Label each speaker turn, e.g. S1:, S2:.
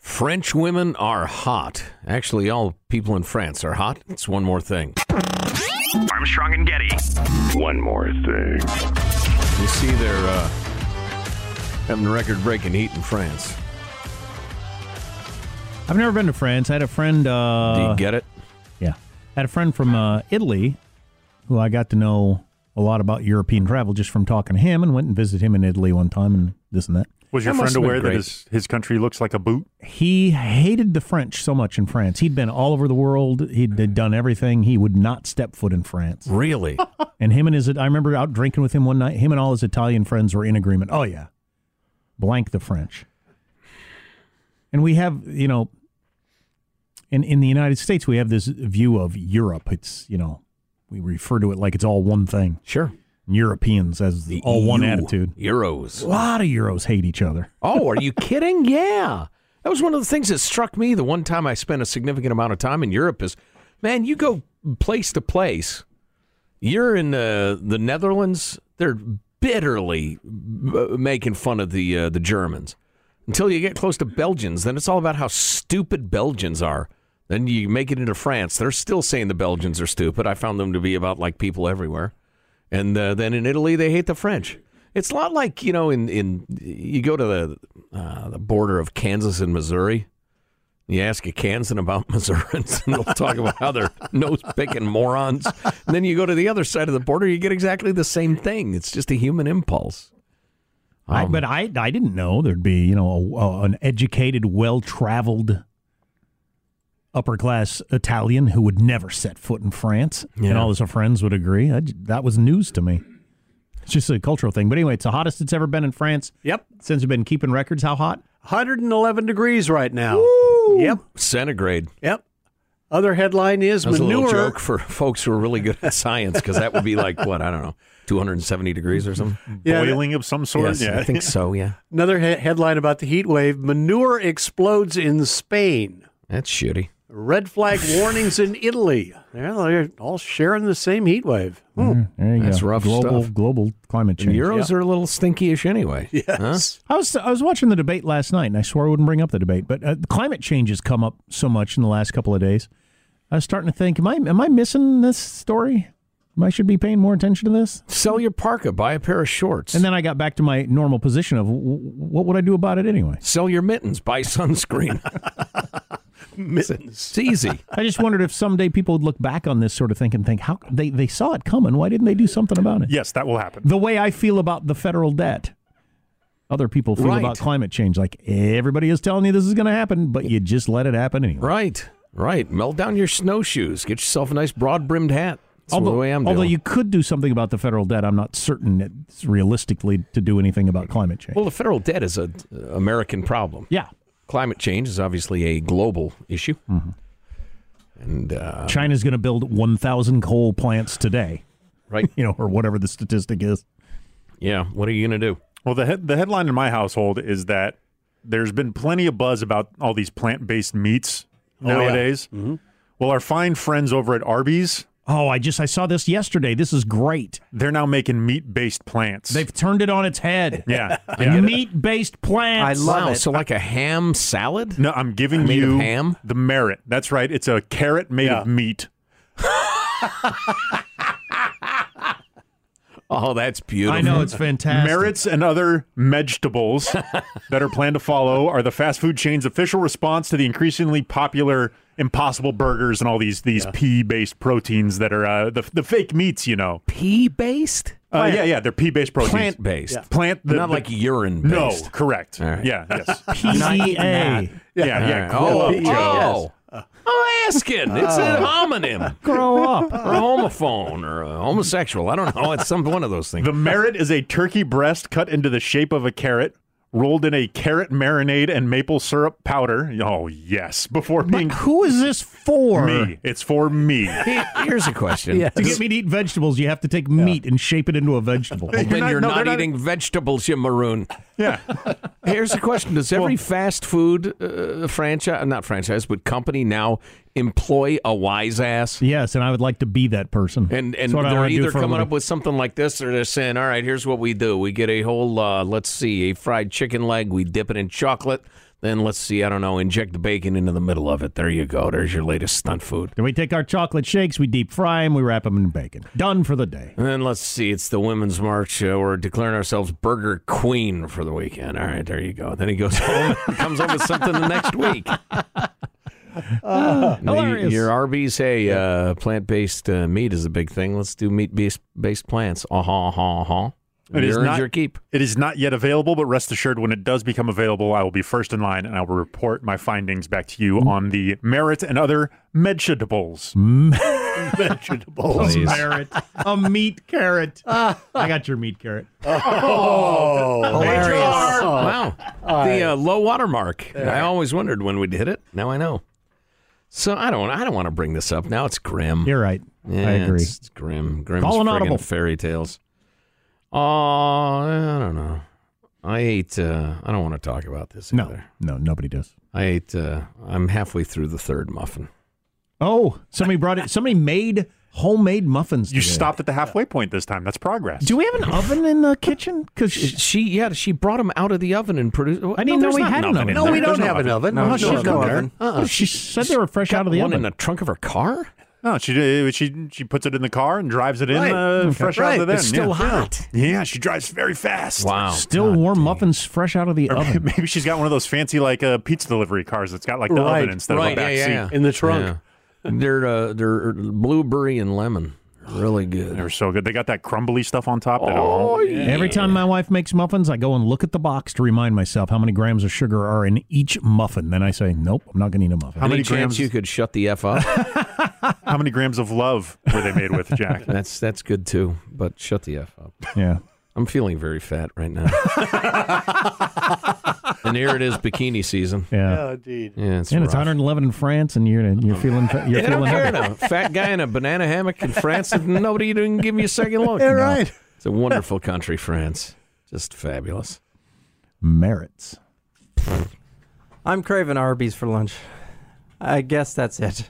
S1: French women are hot. Actually, all people in France are hot. It's one more thing.
S2: Armstrong and Getty.
S3: One more thing.
S1: You see, they're uh, having record breaking heat in France.
S4: I've never been to France. I had a friend. Uh,
S1: Do you get it?
S4: Yeah. I had a friend from uh, Italy who I got to know a lot about European travel just from talking to him and went and visited him in Italy one time and this and that.
S5: Was your
S1: That must
S5: friend
S1: have been
S5: aware that
S1: great.
S5: his, his country looks like a boot?
S4: He hated the French so much in France. He'd been all over the world. He'd had done everything. He would not step foot in France.
S1: Really?
S4: And him and his, I remember out drinking with him one night. Him and all his Italian friends were in agreement. Oh, yeah. Blank the French. And we have, you know, in, in the United States, we have this view of Europe. It's, you know, we refer to it like it's all one thing.
S1: sure.
S4: Europeans as the all one
S1: EU,
S4: attitude.
S1: Euros.
S4: A lot of Euros hate each other.
S1: Oh, are you kidding? Yeah. That was one of the things that struck me the one time I spent a significant amount of time in Europe is, man, you go place to place. You're in the, the Netherlands, they're bitterly uh, making fun of the uh, the Germans. Until you get close to Belgians, then it's all about how stupid Belgians are. Then you make it into France, they're still saying the Belgians are stupid. I found them to be about like people everywhere and uh, then in Italy they hate the French. It's a lot like you know in in you go to the uh, the border of Kansas and Missouri. You ask a Kansan about Missourans, and they'll talk about how they're nose picking morons. And then you go to the other side of the border, you get exactly the same thing. It's just a human impulse.
S4: I,
S1: Um,
S4: but I, I didn't know there'd be, you know, a, a- an educated, well traveled upper class Italian who would never set foot in France.
S1: Yeah.
S4: And all his friends would agree. I j that was news to me. It's just a cultural thing. But anyway, it's the hottest it's ever been in France
S6: Yep.
S4: since we've been keeping records. How hot?
S6: 111 degrees right now. Yep.
S1: Centigrade.
S6: Yep. Other headline is
S1: That was a
S6: manure.
S1: little joke for folks who are really good at science, because that would be like what I don't know, 270 degrees or something.
S6: Yeah,
S5: Boiling of some sort?
S1: Yes, I think so. Yeah,
S6: Another he- headline about the heat wave manure explodes in Spain.
S1: that's shitty.
S6: Red flag warnings in Italy. They're, they're all sharing the same heat wave. Hmm.
S4: There you
S1: That's
S4: go.
S1: rough
S4: global,
S1: stuff.
S4: Global climate change.
S1: Euros are a little stinkyish anyway. Yeah.
S4: I was I was watching the debate last night, and I swore I wouldn't bring up the debate, but uh, the climate change has come up so much in the last couple of days. I was starting to think, am I am I missing this story? Am I should be paying more attention to this?
S1: Sell your parka, buy a pair of shorts,
S4: And then I got back to my normal position of w- w- what would I do about it anyway?
S1: sell your mittens, buy sunscreen. mittens. It's easy.
S4: I just wondered if someday people would look back on this sort of thing and think, how they they saw it coming. Why didn't they do something about it?
S5: Yes, that will happen.
S4: The way I feel about the federal debt. Other people feel
S1: Right.
S4: about climate change like everybody is telling you this is going to happen, but you just let it happen anyway.
S1: Right, right. Melt down your snowshoes. Get yourself a nice broad brimmed hat. That's
S4: although,
S1: the way I'm
S4: although
S1: doing.
S4: you could do something about the federal debt, I'm not certain it's realistically to do anything about climate change.
S1: well, the federal debt is a uh, American problem.
S4: yeah,
S1: Climate change is obviously a global issue.
S4: Mm-hmm.
S1: And uh,
S4: China's going to build 1,000 coal plants today,
S1: right,
S4: you know, or whatever the statistic is.
S1: yeah. What are you gonna do?
S5: Well, the, head the headline in my household is that there's been plenty of buzz about all these plant based meats nowadays. Well, our fine friends over at Arby's,
S4: Oh, I just I saw this yesterday. This is great.
S5: they're now making meat based plants.
S4: They've turned it on its head.
S5: yeah. yeah.
S4: Meat-based plants.
S6: I love
S1: wow.
S6: it.
S1: So like a ham salad.
S5: No, I'm giving
S1: Made of
S5: you
S1: ham?
S5: the merit. That's right. It's a carrot made of meat.
S1: Oh, that's beautiful.
S4: I know it's fantastic.
S5: Merits and other vegetables that are planned to follow are the fast food chain's official response to the increasingly popular Impossible Burgers and all these these pea-based proteins that are uh, the the fake meats, you know.
S1: pea based,
S5: Uh, yeah, yeah, they're pea-based proteins.
S1: plant based,
S5: Plant the,
S1: not
S5: the-
S1: like urine
S5: no,
S1: based.
S5: correct.
S1: right.
S5: Yeah, yes,
S4: PEA.
S5: yeah, yeah.
S1: Oh,
S5: cool.
S1: oh. I'm asking. It's
S5: Oh.
S1: an homonym
S4: Grow up.
S1: or a homophone or a homosexual. I don't know. It's some one of those things.
S5: The merit is a turkey breast cut into the shape of a carrot, rolled in a carrot marinade and maple syrup powder. Oh yes, before being
S4: Who is this for?
S5: me, it's for me.
S1: He- Here's a question.
S4: To get me to eat vegetables, you have to take meat and shape it into a vegetable.
S1: When
S5: not-
S1: you're
S5: no,
S1: not,
S5: they're not-
S1: eating vegetables, you maroon.
S5: Yeah.
S1: Here's a question: Does every fast food uh, franchise, not franchise, but company now employ a wise ass?
S4: Yes, and I would like to be that person.
S1: And and
S4: That's what I
S1: they're
S4: wanna do
S1: either
S4: for a
S1: coming
S4: living.
S1: up with something like this, or they're saying, "All right, here's what we do: we get a whole, uh, let's see, a fried chicken leg, we dip it in chocolate, Then let's see, I don't know, inject the bacon into the middle of it. There you go. There's your latest stunt food.
S4: Then we take our chocolate shakes, we deep fry them, we wrap them in bacon. Done for the day.
S1: And then let's see, it's the Women's March. Uh, we're declaring ourselves Burger Queen for the weekend. All right, there you go. Then he goes home and comes home with something the next week. And you-
S4: hilarious.
S1: your Arby's, hey, uh, plant based uh, meat is a big thing. Let's do meat based based plants. Uh huh, uh huh, uh huh.
S5: It is
S1: Yours,
S5: not-
S1: your keep.
S5: It is not yet available, but rest assured, when it does become available, I will be first in line and I will report my findings back to you on the merit and other vegetables. vegetables.
S4: A carrot. A meat carrot. I got your meat carrot.
S6: Hilarious.
S1: Wow. the uh, low water mark. I always wondered when we'd hit it. Now I know. So I don't. I don't want to bring this up. Now it's grim.
S4: You're right.
S1: Yeah,
S4: I agree.
S1: It's, it's grim. Grim's
S4: Call an
S1: friggin'
S4: audible.
S1: fairy tales. Oh, I don't know. I ate. Uh, I don't want to talk about this
S4: No,
S1: either.
S4: no, nobody does.
S1: I ate. Uh, I'm halfway through the third muffin.
S4: Oh, somebody brought it. Somebody made homemade muffins.
S5: You
S4: today.
S5: stopped at the halfway point this time. That's progress.
S4: Do we have an oven in the kitchen? Because
S1: She yeah. She brought them out of the oven and produced.
S4: I didn't know
S1: there's
S4: we
S1: not
S4: had an oven.
S5: in
S6: No,
S5: there.
S6: we
S5: There's
S6: don't have an oven.
S4: No,
S6: No,
S4: uh-huh, she's
S6: there's no
S4: not
S6: oven. Uh-uh.
S4: she said they were fresh out of the
S1: one in the
S4: oven.
S1: trunk of her car.
S5: No, she did- she she puts it in the car and drives it in
S6: Right.
S5: uh, fresh out
S6: Right.
S5: of the
S6: It's
S1: still
S5: yeah.
S1: hot.
S5: Yeah. Yeah, she drives very fast.
S1: Wow.
S4: Still warm muffins fresh out of the oven.
S5: Maybe she's got one of those fancy like uh, pizza delivery cars that's got like the
S6: Right.
S5: oven instead
S1: right.
S5: of a back
S1: yeah,
S5: seat.
S1: yeah, yeah.
S6: in the trunk.
S1: Yeah. They're uh, they're blueberry and lemon. Really good.
S5: They're so good. They got that crumbly stuff on top. that- Oh,
S4: Every time my wife makes muffins, I go and look at the box to remind myself how many grams of sugar are in each muffin. Then I say, nope, I'm not going to eat a muffin.
S5: How
S1: Any
S5: many
S1: chance
S5: grams?
S1: you could shut the f up?
S5: How many grams of love were they made with, Jack?
S1: That's that's good too, but shut the f up.
S4: Yeah.
S1: I'm feeling very fat right now. and here it is, bikini season.
S4: Yeah.
S6: Oh, indeed.
S1: Yeah, it's
S4: and it's
S1: rough.
S4: 111 in France, and you're you're feeling you're
S1: They don't
S4: feeling
S1: care
S4: happy.
S1: enough. Fat guy in a banana hammock in France, and nobody even give you a second look.
S6: All right.
S1: It's a wonderful country, France. Just fabulous.
S4: merits.
S7: I'm craving Arby's for lunch. I guess that's it.